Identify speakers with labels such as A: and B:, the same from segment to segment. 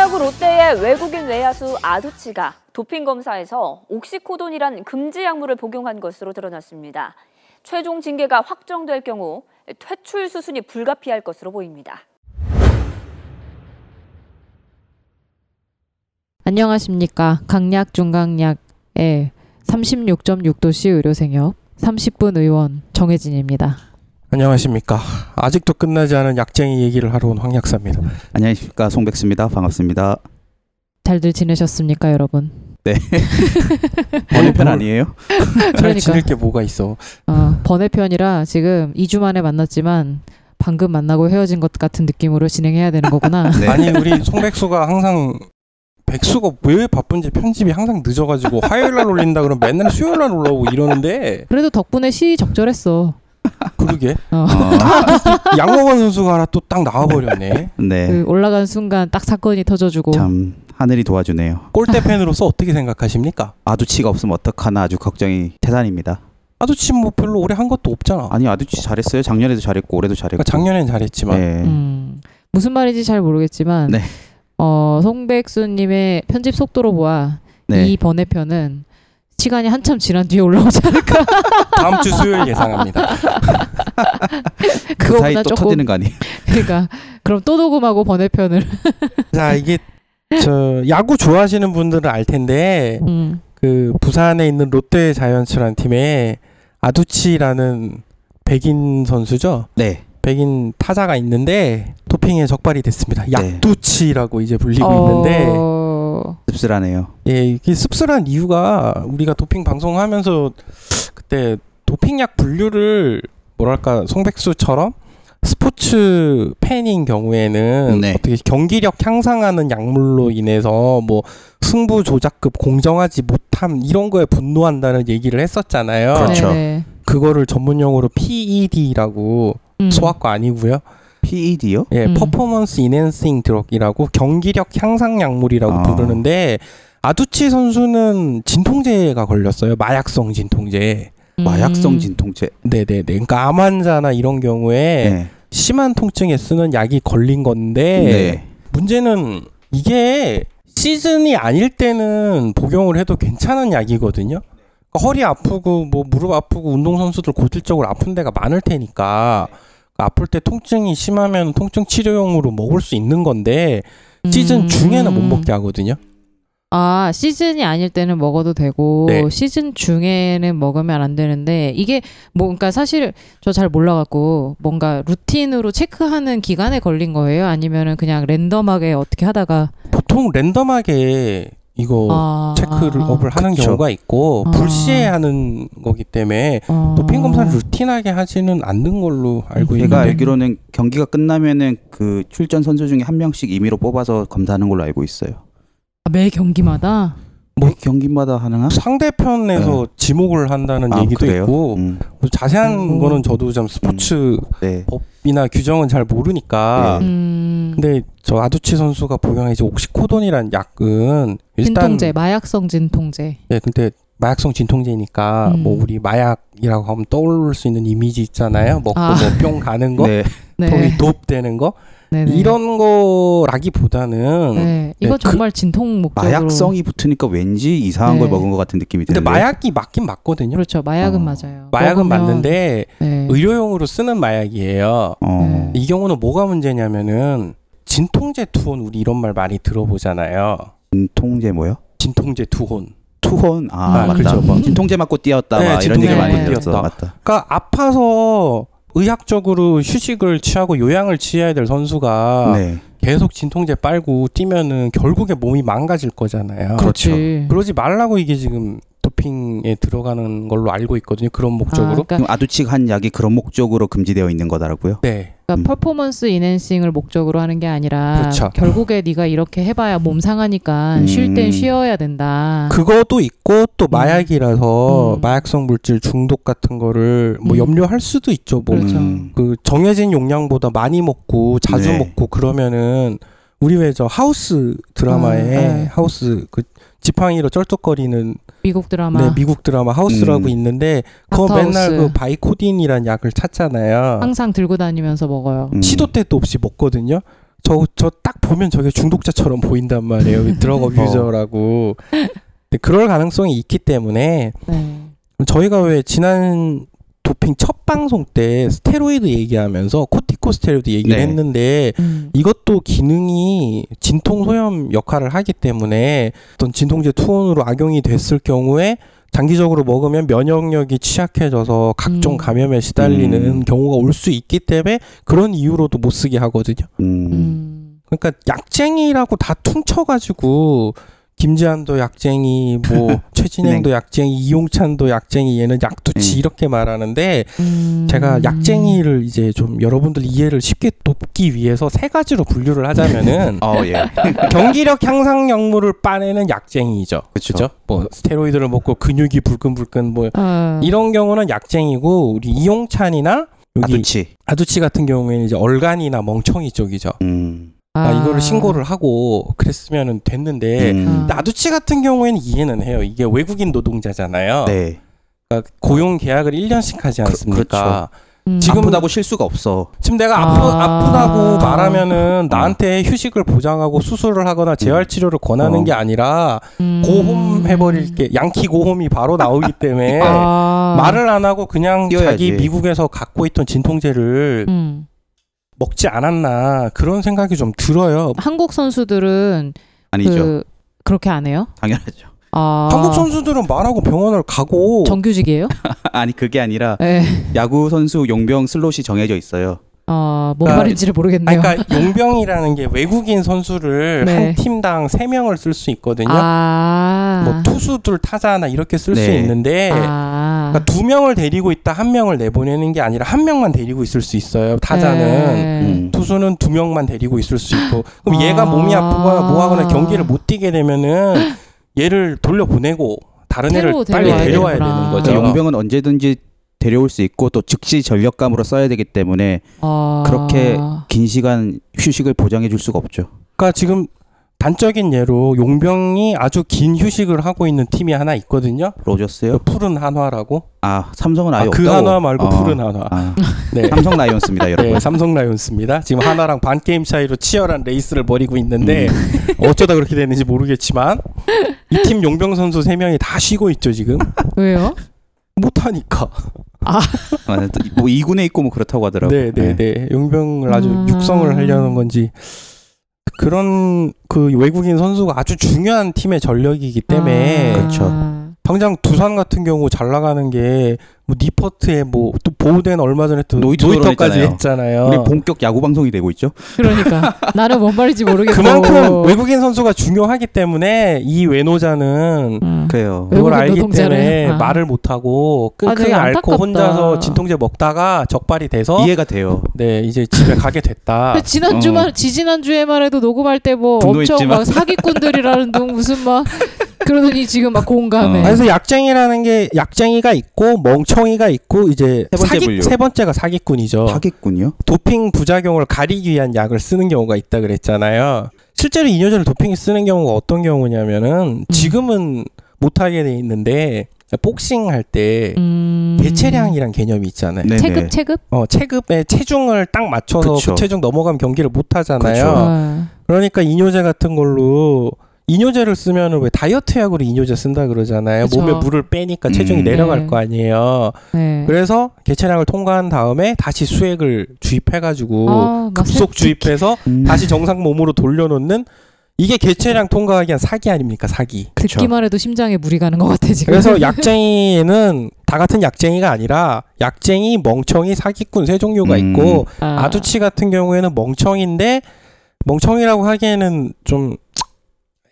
A: 대구 롯데의 외국인 외야수 아두치가 도핑 검사에서 옥시코돈이란 금지 약물을 복용한 것으로 드러났습니다. 최종 징계가 확정될 경우 퇴출 수순이 불가피할 것으로 보입니다.
B: 안녕하십니까. 강약 중강약의 36.6도시 의료생협 30분 의원 정혜진입니다.
C: 안녕하십니까. 아직도 끝나지 않은 약쟁이 얘기를 하러 온 황약사입니다.
D: 안녕하십니까 송백수입니다. 반갑습니다. 네.
B: 잘들 지내셨습니까, 여러분?
D: 번외편 아니에요?
C: 잘
B: 그러니까요.
C: 지낼 게 뭐가 있어.
B: 아, 번외편이라 지금 2주 만에 만났지만 방금 만나고 헤어진 것 같은 느낌으로 진행해야 되는 거구나.
D: 네.
C: 아니 우리 송백수가 항상 백수가 왜 바쁜지 편집이 항상 늦어가지고 화요일 날 올린다 그러면 맨날 수요일 날 올라오고 이러는데
B: 그래도 덕분에 시적절했어.
C: 그러게
B: 어.
D: 어,
C: 양호원 선수가 하나 또 딱 나와버렸네.
D: 네.
B: 그 올라간 순간 딱 사건이 터져주고
D: 참 하늘이 도와주네요.
C: 골대 팬으로서 어떻게 생각하십니까?
D: 아두치가 없으면 어떡하나 아주 걱정이 태산입니다. 어,
C: 아두치 뭐 별로 오래 한 것도 없잖아.
D: 아니 아두치 잘했어요. 작년에도 잘했고 올해도 잘했고.
C: 그러니까 작년엔 잘했지만
D: 네.
B: 음, 무슨 말인지 잘 모르겠지만
D: 네.
B: 어, 송백수님의 편집 속도로 보아
D: 네.
B: 이 번외편은 시간이 한참 지난 뒤에 올라오지 않을까
C: 다음 주 수요일 예상합니다.
D: 그 사이
B: 그거보다
D: 또
B: 조금
D: 터지는 거 아니에요?
B: 그러니까 그럼 또 녹음하고 번외편을
C: 자 이게 저 야구 좋아하시는 분들은 알 텐데
B: 음.
C: 그 부산에 있는 롯데 자이언츠라는 팀에 아두치라는 백인 선수죠.
D: 네.
C: 백인 타자가 있는데 도핑에 적발이 됐습니다.
D: 네.
C: 약두치라고 이제 불리고
D: 음.
C: 있는데
B: 어,
D: 씁쓸하네요.
C: 예, 이게 씁쓸한 이유가 우리가 도핑 방송하면서 그때 도핑약 분류를 뭐랄까 송백수처럼 스포츠 팬인 경우에는
D: 네.
C: 어떻게 경기력 향상하는 약물로 인해서 뭐 승부 조작급 공정하지 못함 이런 거에 분노한다는 얘기를 했었잖아요.
D: 그렇죠.
B: 네네.
C: 그거를 전문 용어로 PED라고
B: 음.
C: 소아과 아니고요.
D: PED요?
C: 예,
B: 음.
C: 퍼포먼스 인핸싱 드럭이라고 경기력 향상 약물이라고
D: 아.
C: 부르는데 아두치 선수는 진통제가 걸렸어요. 마약성 진통제.
B: 음.
D: 마약성 진통제.
C: 네네네. 그러니까 암 환자나 이런 경우에
D: 네.
C: 심한 통증에 쓰는 약이 걸린 건데
D: 네.
C: 문제는 이게 시즌이 아닐 때는 복용을 해도 괜찮은 약이거든요. 그러니까 허리 아프고 뭐 무릎 아프고 운동 선수들 고질적으로 아픈 데가 많을 테니까 그 아플 때 통증이 심하면 통증 치료용으로 먹을 수 있는 건데
B: 음.
C: 시즌 중에는 못 먹게 하거든요.
B: 아 시즌이 아닐 때는 먹어도 되고
C: 네.
B: 시즌 중에는 먹으면 안 되는데 이게 뭐 그러니까 사실 저 잘 몰라갖고 뭔가 루틴으로 체크하는 기간에 걸린 거예요 아니면은 그냥 랜덤하게 어떻게 하다가
C: 보통 랜덤하게 이거
B: 아,
C: 어, 체크를 업을 하는
D: 그쵸.
C: 경우가 있고
B: 아.
C: 불시에 하는 거기 때문에
B: 어.
C: 도핑 검사를 루틴하게 하지는 않는 걸로 알고
B: 음.
C: 있는데
D: 제가
B: 네.
D: 알기로는 경기가 끝나면은 그 출전 선수 중에 한 명씩 임의로 뽑아서 검사하는 걸로 알고 있어요.
B: 아, 매 경기마다
C: 뭐-
D: 뭐 경기마다 하는가?
C: 어? 상대편에서 지목을 한다는
D: 네. 아,
C: 얘기도
D: 그래요?
C: 있고
D: 음,
C: 뭐 자세한
B: 음.
C: 거는 저도 좀 스포츠
D: 네.
C: 법이나 규정은 잘 모르니까.
D: 네.
B: 음,
C: 근데 저 아두치 선수가 복용한 이제 옥시코돈이란 약은 일단
B: 진통제 마약성 진통제
C: 예, 근데 마약성 진통제니까
B: 음.
C: 뭐 우리 마약이라고 하면 떠오를 수 있는 이미지 있잖아요. 먹고
B: 아.
C: 뭐 뿅 가는 거,
D: 네.
C: 네. 돕 되는 거
B: 네네.
C: 이런 거라기보다는
B: 네. 이거
C: 네,
B: 정말 진통 목적으로
D: 마약성이 붙으니까 왠지 이상한
B: 네.
D: 걸 먹은 것 같은 느낌이
C: 근데
D: 드는데
C: 마약이 맞긴 맞거든요.
B: 그렇죠. 마약은
D: 어.
B: 맞아요.
C: 마약은
B: 먹으면-
C: 맞는데
B: 네.
C: 의료용으로 쓰는 마약이에요.
D: 어.
C: 이 경우는 뭐가 문제냐면은 진통제 투혼 우리 이런 말 많이 들어보잖아요.
D: 진통제 뭐요?
C: 진통제 투혼.
D: 투혼 아,
B: 아,
D: 맞다.
B: 그렇죠. 뭐.
D: 진통제 맞고 뛰었다
C: 네,
D: 막 이런 얘기
B: 진통제
D: 많이
B: 맞고
D: 들었어.
C: 뛰었다.
D: 맞다.
C: 그러니까 아파서 의학적으로 휴식을 취하고 요양을 취해야 될 선수가
D: 네.
C: 계속 진통제 빨고 뛰면은 결국에 몸이 망가질 거잖아요.
D: 그렇죠.
B: 그렇지.
C: 그러지 말라고 이게 지금 도핑에 들어가는 걸로 알고 있거든요. 그런
B: 아,
C: 목적으로.
B: 그러니까,
D: 그럼 아두칙 한 약이 그런 목적으로 금지되어 있는 거다라고요?
C: 네.
B: 그러니까
D: 음.
B: 퍼포먼스 인핸싱을 목적으로 하는 게 아니라
C: 그렇죠.
B: 결국에 네가 이렇게 해봐야 몸 상하니까 쉴 땐
D: 음.
B: 쉬어야
D: 아.
B: 된다.
C: 그것도 있고 또 마약이라서
B: 음.
C: 마약성 물질 중독 같은 거를 뭐
B: 음.
C: 염려할 수도 있죠. 뭐
B: 그렇죠.
D: 음.
C: 그 정해진 용량보다 많이 먹고 자주
D: 네.
C: 먹고 그러면은 우리 왜 저 하우스 드라마에
B: 아, 네.
C: 하우스 그 지팡이로 쩔뚝거리는
B: 미국 드라마
C: 네, 미국 드라마 하우스라고
D: 음.
C: 있는데 그거
B: 닥터하우스. 음.
C: 맨날 그 바이코딘이란 약을 찾잖아요.
B: 항상 들고 다니면서 먹어요.
D: 음.
C: 시도 때도 없이 먹거든요. 저저 딱 보면 저게 중독자처럼 보인단 말이에요. 이 드럭
D: 어.
C: 어뷰저라고. 근데 그럴 가능성이 있기 때문에
B: 네.
C: 저희가 왜 지난 도핑 첫 방송 때 스테로이드 얘기하면서 코티코스테로이드 얘기를
D: 네.
C: 했는데
B: 음.
C: 이것도 기능이 진통 소염 역할을 하기 때문에 어떤 진통제 투혼으로 악용이 됐을 경우에 장기적으로 먹으면 면역력이 취약해져서 각종
B: 음.
C: 감염에 시달리는
D: 음.
C: 경우가 올 수 있기 때문에 그런 이유로도 못 쓰게 하거든요.
D: 음.
B: 음.
C: 그러니까 약쟁이라고 다 퉁쳐가지고 김지한도 약쟁이, 뭐 최진행도 약쟁이, 이용찬도 약쟁이, 얘는 약두치
D: 음.
C: 이렇게 말하는데
B: 음.
C: 제가 약쟁이를 이제 좀 여러분들 이해를 쉽게 돕기 위해서 세 가지로 분류를 하자면은
D: 어, 예.
C: 아. 경기력 향상 약물을 빠내는 약쟁이죠.
D: 그쵸.
C: 그죠? 뭐 스테로이드를 먹고 근육이 불끈불끈 뭐
B: 아,
C: 이런 경우는 약쟁이고 우리 이용찬이나 여기 아두치,
D: 아두치.
C: 같은 경우에는 이제 얼간이나 멍청이 쪽이죠.
D: 음.
C: 아, 이거를 신고를 하고 그랬으면 됐는데
D: 음.
C: 근데 아두치 같은 경우에는 이해는 해요. 이게 외국인 노동자잖아요.
D: 네.
C: 그러니까 고용 계약을 1년씩 하지 않습니까?
B: 음.
C: 지금-
D: 아프다고 쉴수가 없어.
C: 지금 내가 아프,
B: 아.
C: 아프다고 말하면은 나한테 휴식을 보장하고 수술을 하거나 재활 치료를 권하는
D: 어.
C: 게 아니라
B: 음.
C: 고홈 해버릴 게 양키 고홈이 바로 나오기 때문에
B: 아.
C: 말을 안 하고 그냥 자기
D: 뛰어야지.
C: 미국에서 갖고 있던 진통제를
B: 음.
C: 먹지 않았나 그런 생각이 좀 들어요.
B: 한국 선수들은
D: 아니죠.
B: 그 그렇게 안 해요?
D: 당연하죠.
B: 아.
C: 한국 선수들은 말하고 병원을 가고
B: 정규직이에요?
D: 아니 그게 아니라
B: 네.
D: 야구 선수 용병 슬롯이 정해져 있어요.
B: 아, 뭔
C: 아,
B: 말인지를
C: 아,
B: 모르겠네요.
C: 그러니까 용병이라는 게 외국인 선수를
B: 네.
C: 한 팀당 세명을 쓸 수 있거든요.
B: 아.
C: 그러니까 뭐 투수들 타자나 이렇게 쓸 수
D: 네.
C: 있는데
B: 아.
C: 그러니까 두 명을 데리고 있다 한 명을 내보내는 게 아니라 한 명만 데리고 있을 수 있어요. 타자는
B: 네.
D: 음.
C: 투수는 두 명만 데리고 있을 수 있고 그럼
B: 아.
C: 얘가 몸이 아프거나 뭐하거나 경기를 못 뛰게 되면은 얘를 돌려보내고 다른 애를
B: 새로
C: 빨리
D: 데려와야
C: 데려와야
B: 되는구나.
C: 되는 거죠.
D: 그러니까 용병은 언제든지 데려올 수 있고 또 즉시 전력감으로 써야 되기 때문에
B: 아.
D: 그렇게 긴 시간 휴식을 보장해 줄 수가 없죠.
C: 그러니까 지금 단적인 예로 용병이 아주 긴 휴식을 하고 있는 팀이 하나 있거든요.
D: 로저스요?
C: 그 푸른 한화라고.
D: 아 삼성은 아예
C: 아, 그
D: 없다고.
C: 한화 말고
D: 어.
C: 푸른 한화.
D: 아,
C: 네.
D: 삼성 라이온스입니다, 여러분.
C: 네, 삼성 라이온스입니다. 지금 하나랑 반 게임 차이로 치열한 레이스를 벌이고 있는데
D: 음.
C: 어쩌다 그렇게 됐는지 모르겠지만 이 팀 용병 선수 세 명이 다 쉬고 있죠 지금
B: 왜요?
C: 못 하니까.
D: 아, 뭐 2군에 있고 뭐 그렇다고 하더라고.
C: 네, 네, 네. 용병을 아주
B: 음.
C: 육성을 하려는 건지 그런 그 외국인 선수가 아주 중요한 팀의 전력이기 때문에
B: 아.
D: 그렇죠.
C: 당장 두산 같은 경우 잘 나가는 게뭐 니퍼트에 뭐 또 보호된 얼마 전에 또
D: 노이터
C: 노이터까지
D: 토론했잖아요.
C: 했잖아요.
D: 우리 본격 야구 방송이 되고 있죠.
B: 그러니까 나는 뭔 말인지 모르겠고. 어.
C: 그만큼 외국인 선수가 중요하기 때문에 이 외노자는
B: 음.
D: 그래요.
B: 외국인
C: 그걸 알기
B: 노동자를.
C: 때문에
B: 아.
C: 말을 못 하고
B: 아, 되게
C: 끙끙 앓고
B: 안타깝다. 예.
C: 혼자서 진통제 먹다가 적발이 돼서
D: 이해가 돼요.
C: 네 이제 집에 가게 됐다.
B: 그 지난주만 지지난주에만 해도 녹음할 때 뭐 엄청
D: 분노했지만.
B: 막 사기꾼들이라는 둥 무슨 막 그러더니 지금 막 공감해.
D: 어.
C: 아, 그래서 약쟁이라는 게 약쟁이가 있고 멍청이가 있고 이제
D: 세 번째
C: 사기-
D: 분류.
C: 세 번째가 사기꾼이죠.
D: 하겠군요.
C: 도핑 부작용을 가리기 위한 약을 쓰는 경우가 있다 그랬잖아요. 실제로 이뇨제를 도핑에 쓰는 경우가 어떤
B: 음.
C: 경우냐면은 지금은 못하게 돼 있는데 복싱 할때
B: 음.
C: 대체량이란 개념이 있잖아요.
D: 네, 네.
B: 체급 체급.
C: 어, 체급에 체중을 딱 맞춰서 그
D: 그쵸.
C: 체중 넘어가면 경기를 못 하잖아요.
B: 아.
C: 그러니까 이뇨제 같은 걸로 이뇨제를 쓰면은 왜 다이어트 약으로 이뇨제 쓴다 그러잖아요.
B: 그쵸.
C: 몸에 물을 빼니까 체중이
D: 음.
C: 내려갈
B: 네.
C: 거 아니에요.
B: 네.
C: 그래서 개체량을 통과한 다음에 다시 수액을 주입해가지고
B: 아, 막
C: 급속
B: 새-
C: 주입해서
D: 음.
C: 다시 정상 몸으로 돌려놓는 이게 개체량 통과하기 위한 사기 아닙니까 사기.
D: 그쵸.
B: 듣기만 해도 심장에 물이 가는 것 같아 지금.
C: 그래서 약쟁이는 다 같은 약쟁이가 아니라 약쟁이, 멍청이, 사기꾼 세 종류가
D: 음.
C: 있고
B: 아.
C: 아두치 같은 경우에는 멍청인데 멍청이라고 하기에는 좀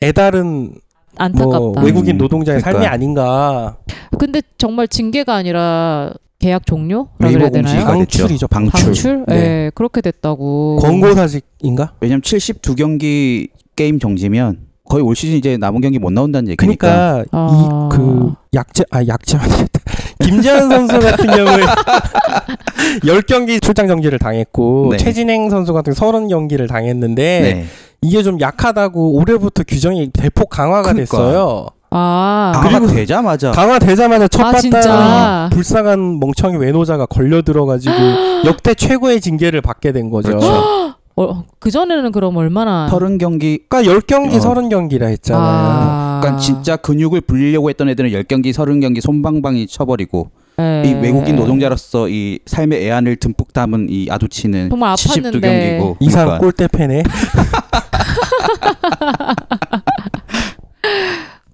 C: 애다른
B: 안타깝다.
C: 뭐 외국인
D: 음,
C: 노동자의 삶이
D: 그러니까요.
C: 아닌가
B: 근데 정말 징계가 아니라 계약 종료라고
D: 웨이버
B: 아, 그래야 되나요?
D: 공지가 됐죠.
C: 방출이죠,
D: 방출.
B: 방출? 예,
C: 네.
B: 그렇게 됐다고.
C: 권고사직인가?
D: 왜냐면 72경기 게임 정지면 거의 올 시즌 이제 남은 경기 못 나온다는
C: 그러니까
D: 얘기니까.
B: 아.
C: 이 그 약재 아 약재만 김재현 선수 같은 경우에 10경기 출장 정지를 당했고
D: 네.
C: 최진행 선수 같은 30경기를 당했는데
D: 네.
C: 이게 좀 약하다고 올해부터 규정이 대폭 강화가
D: 그러니까.
C: 됐어요.
B: 아.
D: 아, 그리고
C: 그리고-
D: 되자마자
C: 강화되자마자 첫
B: 아, 진짜?
C: 바탕 불쌍한 멍청이 외노자가 걸려 들어가지고 역대 최고의 징계를 받게 된 거죠.
D: 그렇죠.
B: 어, 그 전에는 그럼 얼마나
D: 서른 경기
C: 그러니까 10경기
D: 어.
C: 서른 경기라 했잖아요.
B: 아.
D: 그러니까 진짜 근육을 불리려고 했던 애들은 10경기 30경기 손방방이 쳐버리고
B: 예.
D: 이 외국인 노동자로서 이 삶의 애환을 듬뿍 담은 이 아두치는
B: 정말
D: 72경기고 그러니까
C: 이 사람 꼴대 팬에.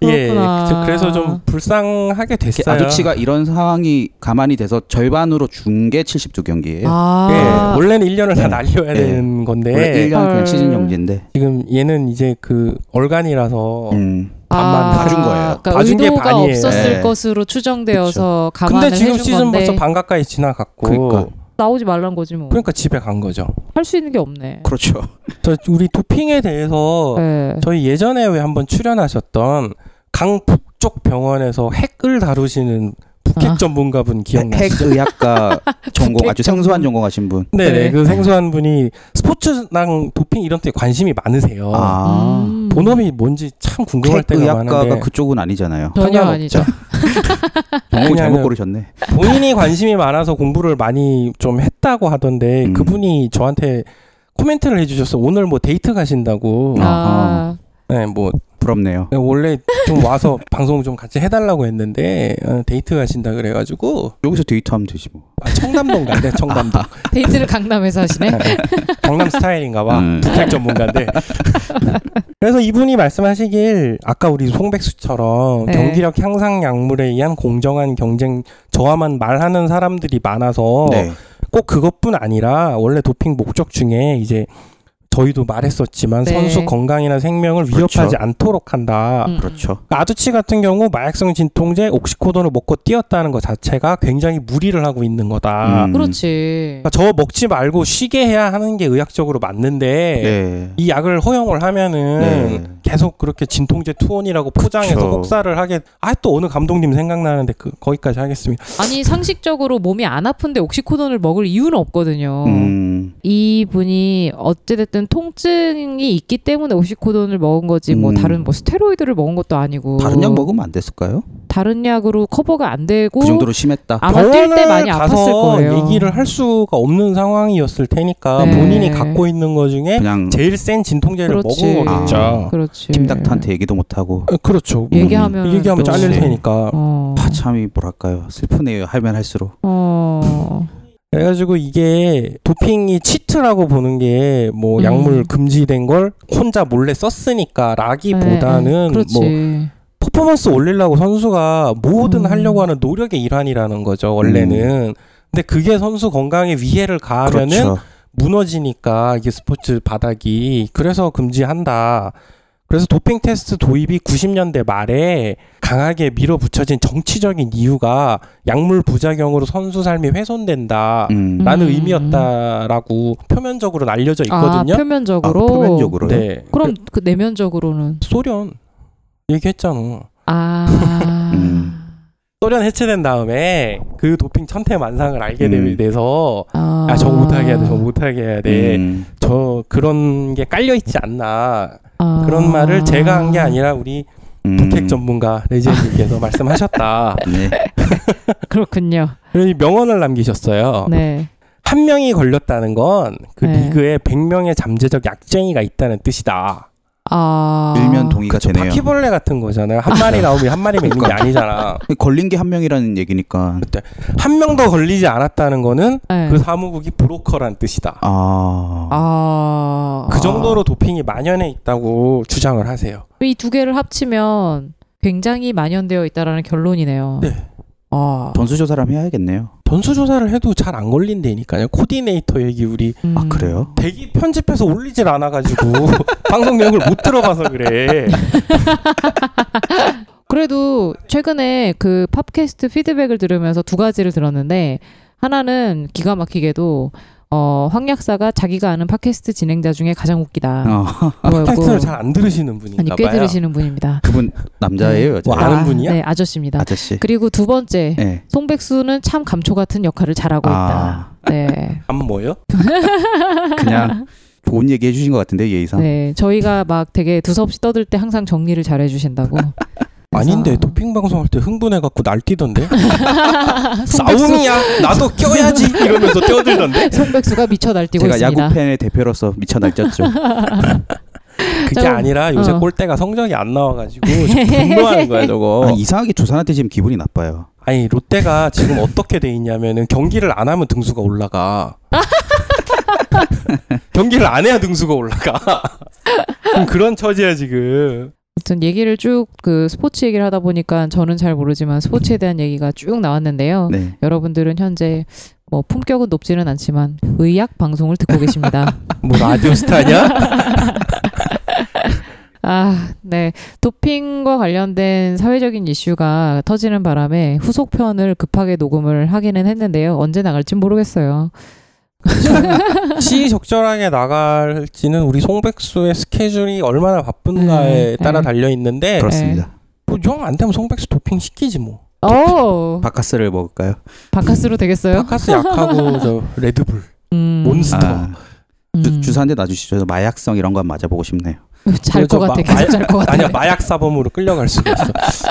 C: 예,
B: 그렇구나.
C: 저- 그래서 좀 불쌍하게 됐어요.
D: 아두치가 이런 상황이 가만히 돼서 절반으로 준 게 72경기예요.
B: 아.
C: 예, 원래는 1년을 다
D: 네.
C: 날려야
D: 네.
C: 되는
D: 원래
C: 건데
D: 1년
B: 헐.
D: 그냥 시즌 경기인데
C: 지금 얘는 이제 그 얼간이라서
D: 음.
C: 반만
D: 다준 거예요.
B: 아, 그러니까
C: 다준 게
B: 의도가
C: 반이에요.
B: 없었을
D: 예.
B: 것으로 추정되어서 감안을
C: 근데 지금
B: 해준
C: 시즌
B: 건데
C: 벌써 반 가까이 지나갔고 그러니까,
D: 그러니까.
B: 나오지 말란 거지 뭐.
C: 집에 간 거죠.
B: 할 수 있는 게 없네.
D: 그렇죠.
C: 저 우리 도핑에 대해서
B: 예.
C: 저희 예전에 왜 한번 출연하셨던 강북쪽 병원에서 핵을 다루시는 북핵
B: 아.
C: 전문가분 기억나시죠?
D: 핵의학과 전공 아주
B: 핵
D: 생소한 전공하신 분.
C: 네네
B: 네.
C: 그 생소한 분이 스포츠랑 도핑 이런 데 관심이 많으세요.
D: 아
B: 음.
C: 본업이 뭔지 참 어. 궁금할 때가
D: 핵의학과가
C: 많은데
D: 그쪽은 아니잖아요.
B: 전혀
C: 상관없죠.
B: 아니죠.
D: 전공
C: 왜냐하면-
D: 잘못 고르셨네.
C: 본인이 관심이 많아서 공부를 많이 좀 했다고 하던데
D: 음.
C: 그분이 저한테 코멘트를 해주셨어. 오늘 뭐 데이트 가신다고.
D: 아.
B: 아,
C: 네, 뭐
D: 부럽네요.
C: 내가 원래 좀 와서 방송 좀 같이 해달라고 했는데 어, 데이트 가신다 그래가지고
D: 여기서 데이트하면 되지 뭐.
C: 아, 청담동 간대. 청담동.
B: 데이트를 강남에서 아, 하시네.
C: 경남 스타일인가봐.
D: 음.
C: 북핵 전문가인데. 그래서 이분이 말씀하시길 아까 우리 송백수처럼
B: 네.
C: 경기력 향상 약물에 의한 공정한 경쟁 저하만 말하는 사람들이 많아서
D: 네.
C: 꼭 그것뿐 아니라 원래 도핑 목적 중에 이제 저희도 말했었지만
B: 네.
C: 선수 건강이나 생명을
D: 그렇죠.
C: 위협하지 않도록 한다.
B: 음.
D: 그렇죠.
C: 그러니까 아두치 같은 경우 마약성 진통제 옥시코돈을 먹고 뛰었다는 것 자체가 굉장히 무리를 하고 있는 거다.
B: 그렇죠.
D: 음.
B: 그렇지.
C: 그러니까 저 먹지 말고 쉬게 해야 하는 게 의학적으로 맞는데
D: 네.
C: 이 약을 허용을 하면은
D: 네.
C: 계속 그렇게 진통제 투원이라고 포장해서
D: 그쵸.
C: 혹사를 하게 아 또 어느 감독님 생각나는데 그 거기까지 하겠습니다.
B: 아니 상식적으로 몸이 안 아픈데 옥시코돈을 먹을 이유는 없거든요.
D: 음.
B: 이분이 어찌됐든 통증이 있기 때문에 옥시코돈을 먹은 거지 뭐
D: 음.
B: 다른 뭐 스테로이드를 먹은 것도 아니고
D: 다른 약 먹으면 안 됐을까요?
B: 다른 약으로 커버가 안 되고
D: 그 정도로 심했다.
B: 아마 뛸 때
C: 병원을
B: 많이
C: 가서
B: 아팠을 거예요.
C: 얘기를 할 수가 없는 상황이었을 테니까
B: 네.
C: 본인이 갖고 있는 거 중에
D: 그냥
C: 네. 제일 센 진통제를
B: 그렇지.
C: 먹은 거겠죠.
D: 음. 아.
B: 그렇지. 네.
D: 팀닥터한테 얘기도 못 하고
C: 어, 그렇죠.
B: 얘기하면
C: 얘기하면 잘릴
D: 그렇지.
C: 테니까.
B: 어.
D: 아, 참이 뭐랄까요 슬프네요 하면 할수록
B: 어.
C: 그래가지고 이게 도핑이 치트라고 보는 게 뭐
B: 음.
C: 약물 금지된 걸 혼자 몰래 썼으니까
B: 네,
C: 라기보다는
B: 네. 그렇지.
C: 뭐 퍼포먼스 올리려고 선수가 뭐든
B: 음.
C: 하려고 하는 노력의 일환이라는 거죠 원래는. 근데 그게 선수 건강에 위해를 가하면은
D: 그렇죠.
C: 무너지니까 이게 스포츠 바닥이 그래서 금지한다. 그래서 도핑 테스트 도입이 90년대 말에 강하게 밀어붙여진 정치적인 이유가 약물 부작용으로 선수 삶이 훼손된다.
D: 음.
C: 라는
B: 음.
C: 의미였다라고 표면적으로는 알려져
B: 아,
C: 있거든요.
B: 표면적으로.
D: 아, 표면적으로요?
C: 네.
B: 그럼 그 내면적으로는
C: 소련 얘기했잖아.
B: 아.
D: 음.
C: 소련 해체된 다음에 그 도핑 천태만상을 알게
D: 음.
C: 돼서
B: 아,
C: 아 저거 못하게 해야 돼, 저거 못하게 해야 돼,
D: 음.
C: 저 그런 게 깔려 있지 않나
B: 아.
C: 그런 말을 제가 한 게 아니라 우리
D: 음.
C: 북핵 전문가 레지님께서 말씀하셨다.
D: 네.
B: 그렇군요.
C: 그래서 이 명언을 남기셨어요.
B: 네.
C: 한 명이 걸렸다는 건 그
B: 네.
C: 리그에 100명의 잠재적 약쟁이가 있다는 뜻이다.
B: 아.
D: 일면 동의가 되네요.
C: 바퀴벌레 같은 거잖아요. 한 마리 나오면 한 마리 맺는 게 아니잖아.
D: 걸린 게 한 명이라는 얘기니까
C: 한 명 더 걸리지 않았다는 거는
B: 네.
C: 그 사무국이 브로커란 뜻이다.
D: 아,
B: 아.
C: 그 정도로 도핑이 만연해 있다고 주장을 하세요.
B: 이 두 개를 합치면 굉장히 만연되어 있다라는 결론이네요.
C: 네.
B: 아.
D: 전수 조사를 한번 해야겠네요.
C: 전수 조사를 해도 잘 안 걸린다니까요. 코디네이터 얘기 우리
B: 음.
D: 아 그래요?
C: 대기 편집해서 올리질 않아가지고 방송 내용을 못 들어봐서 그래.
B: 그래도 최근에 그 팝캐스트 피드백을 들으면서 두 가지를 들었는데 하나는 기가 막히게도 어, 황 약사가 자기가 아는 팟캐스트 진행자 중에 가장 웃기다.
D: 어,
B: 뭐였고.
C: 아, 팟캐스트를 잘 안 들으시는
B: 아니
C: 분인가
B: 꽤
C: 봐요.
B: 들으시는 분입니다.
D: 그분 남자예요, 여자
C: 뭐 아는 분이야?
B: 네, 아저씨입니다.
D: 아저씨.
B: 그리고 어, 두 번째,
D: 네.
B: 송백수는 참 감초 같은 역할을 잘하고 있다.
D: 아,
B: 네.
C: 안 뭐요?
D: 그냥 좋은 얘기
C: 아.
D: 해주신 것 같은데 예의상.
B: 네, 저희가 막 되게 두서없이 떠들 때 항상 정리를 잘 해주신다고. 그래서-
C: 아닌데 도핑 방송할 때 흥분해갖고 날뛰던데 싸움이야 나도 껴야지 이러면서 뛰어들던데
B: 손백수가 미쳐 날뛰고
D: 제가
B: 있습니다.
D: 야구팬의 대표로서 미쳐 날뛰었죠.
C: 그게
B: 자,
C: 아니라 요새
B: 어.
C: 골대가 성적이 안 나와가지고 지금 분노하는 거야
D: 아,
C: 저거
D: 이상하게 조산한테 지금 기분이 나빠요.
C: 아니 롯데가 지금 어떻게 돼 있냐면은 경기를 안 하면 등수가 올라가 경기를 안 해야 등수가 올라가 좀 그런 처지야 지금
B: 아무튼 얘기를 쭉 그 스포츠 얘기를 하다 보니까 저는 잘 모르지만 스포츠에 대한 얘기가 쭉 나왔는데요.
D: 네.
B: 여러분들은 현재 뭐 품격은 높지는 않지만 의학 방송을 듣고 계십니다.
C: 뭐 라디오 스타냐
B: 아, 네. 도핑과 관련된 사회적인 이슈가 터지는 바람에 후속편을 급하게 녹음을 하기는 했는데요. 언제 나갈진 모르겠어요.
C: 시적절하게 나갈지는 우리 송백수의 스케줄이 얼마나 바쁜가에
B: 네,
C: 따라
B: 네.
C: 달려 있는데 뭐
D: 그렇습니다.
C: 뭐영안 되면 송백수 도핑 시키지 뭐
B: 어,
D: 바카스를 먹을까요?
B: 바카스로 되겠어요?
C: 파카스 약하고 저 레드불
B: 음,
C: 몬스터
D: 아,
B: 음.
D: 주, 주사한테 놔주시죠. 저 마약성 이런 거 한번 맞아보고 싶네요.
B: 잘것
C: 그래서
B: 같아.
C: 마-
B: 계속 잘것 같아. 네.
C: 아니야 마약 사범으로 끌려갈 수가 있어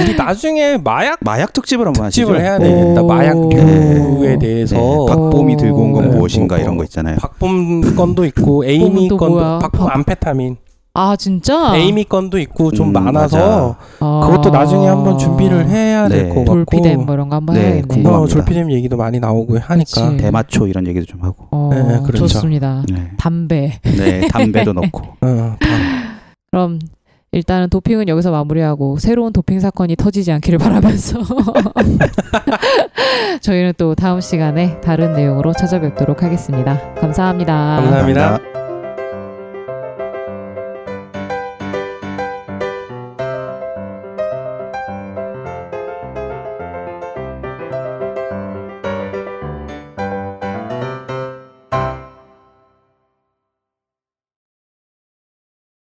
C: 우리 나중에 마약
D: 마약 특집을 한번 하시죠.
C: 집을 해야
D: 네.
B: 돼.
C: 되겠다
B: 오.
C: 마약류에
B: 네.
C: 대해서
D: 네, 박봄이 들고 온 건
C: 네,
D: 무엇인가
C: 뭐,
D: 이런
C: 뭐.
D: 거 있잖아요.
C: 박봄 건도 있고 에이미
B: 또 뭐야?
C: 건도 박봄
B: 박-
C: 암페타민
B: 아, 진짜?
C: 에이미 건도 있고 좀
D: 음,
C: 많아서
B: 아.
C: 그것도 나중에 한번 준비를 해야
D: 네.
C: 될 것 같고
B: 돌피뎀 뭐 이런 거 한번
D: 네,
B: 해야겠네.
D: 궁금하다.
C: 어,
D: 궁금합니다.
C: 졸피뎀 얘기도 많이 나오고 하니까
B: 그치.
D: 대마초 이런 얘기도 좀 하고.
B: 어,
C: 네, 그렇죠.
B: 좋습니다.
D: 네.
B: 담배.
D: 네, 담배도 넣고.
C: 어, 다-
B: 그럼 일단은 도핑은 여기서 마무리하고 새로운 도핑 사건이 터지지 않기를 바라면서 저희는 또 다음 시간에 다른 내용으로 찾아뵙도록 하겠습니다. 감사합니다.
C: 감사합니다.
D: 감사합니다.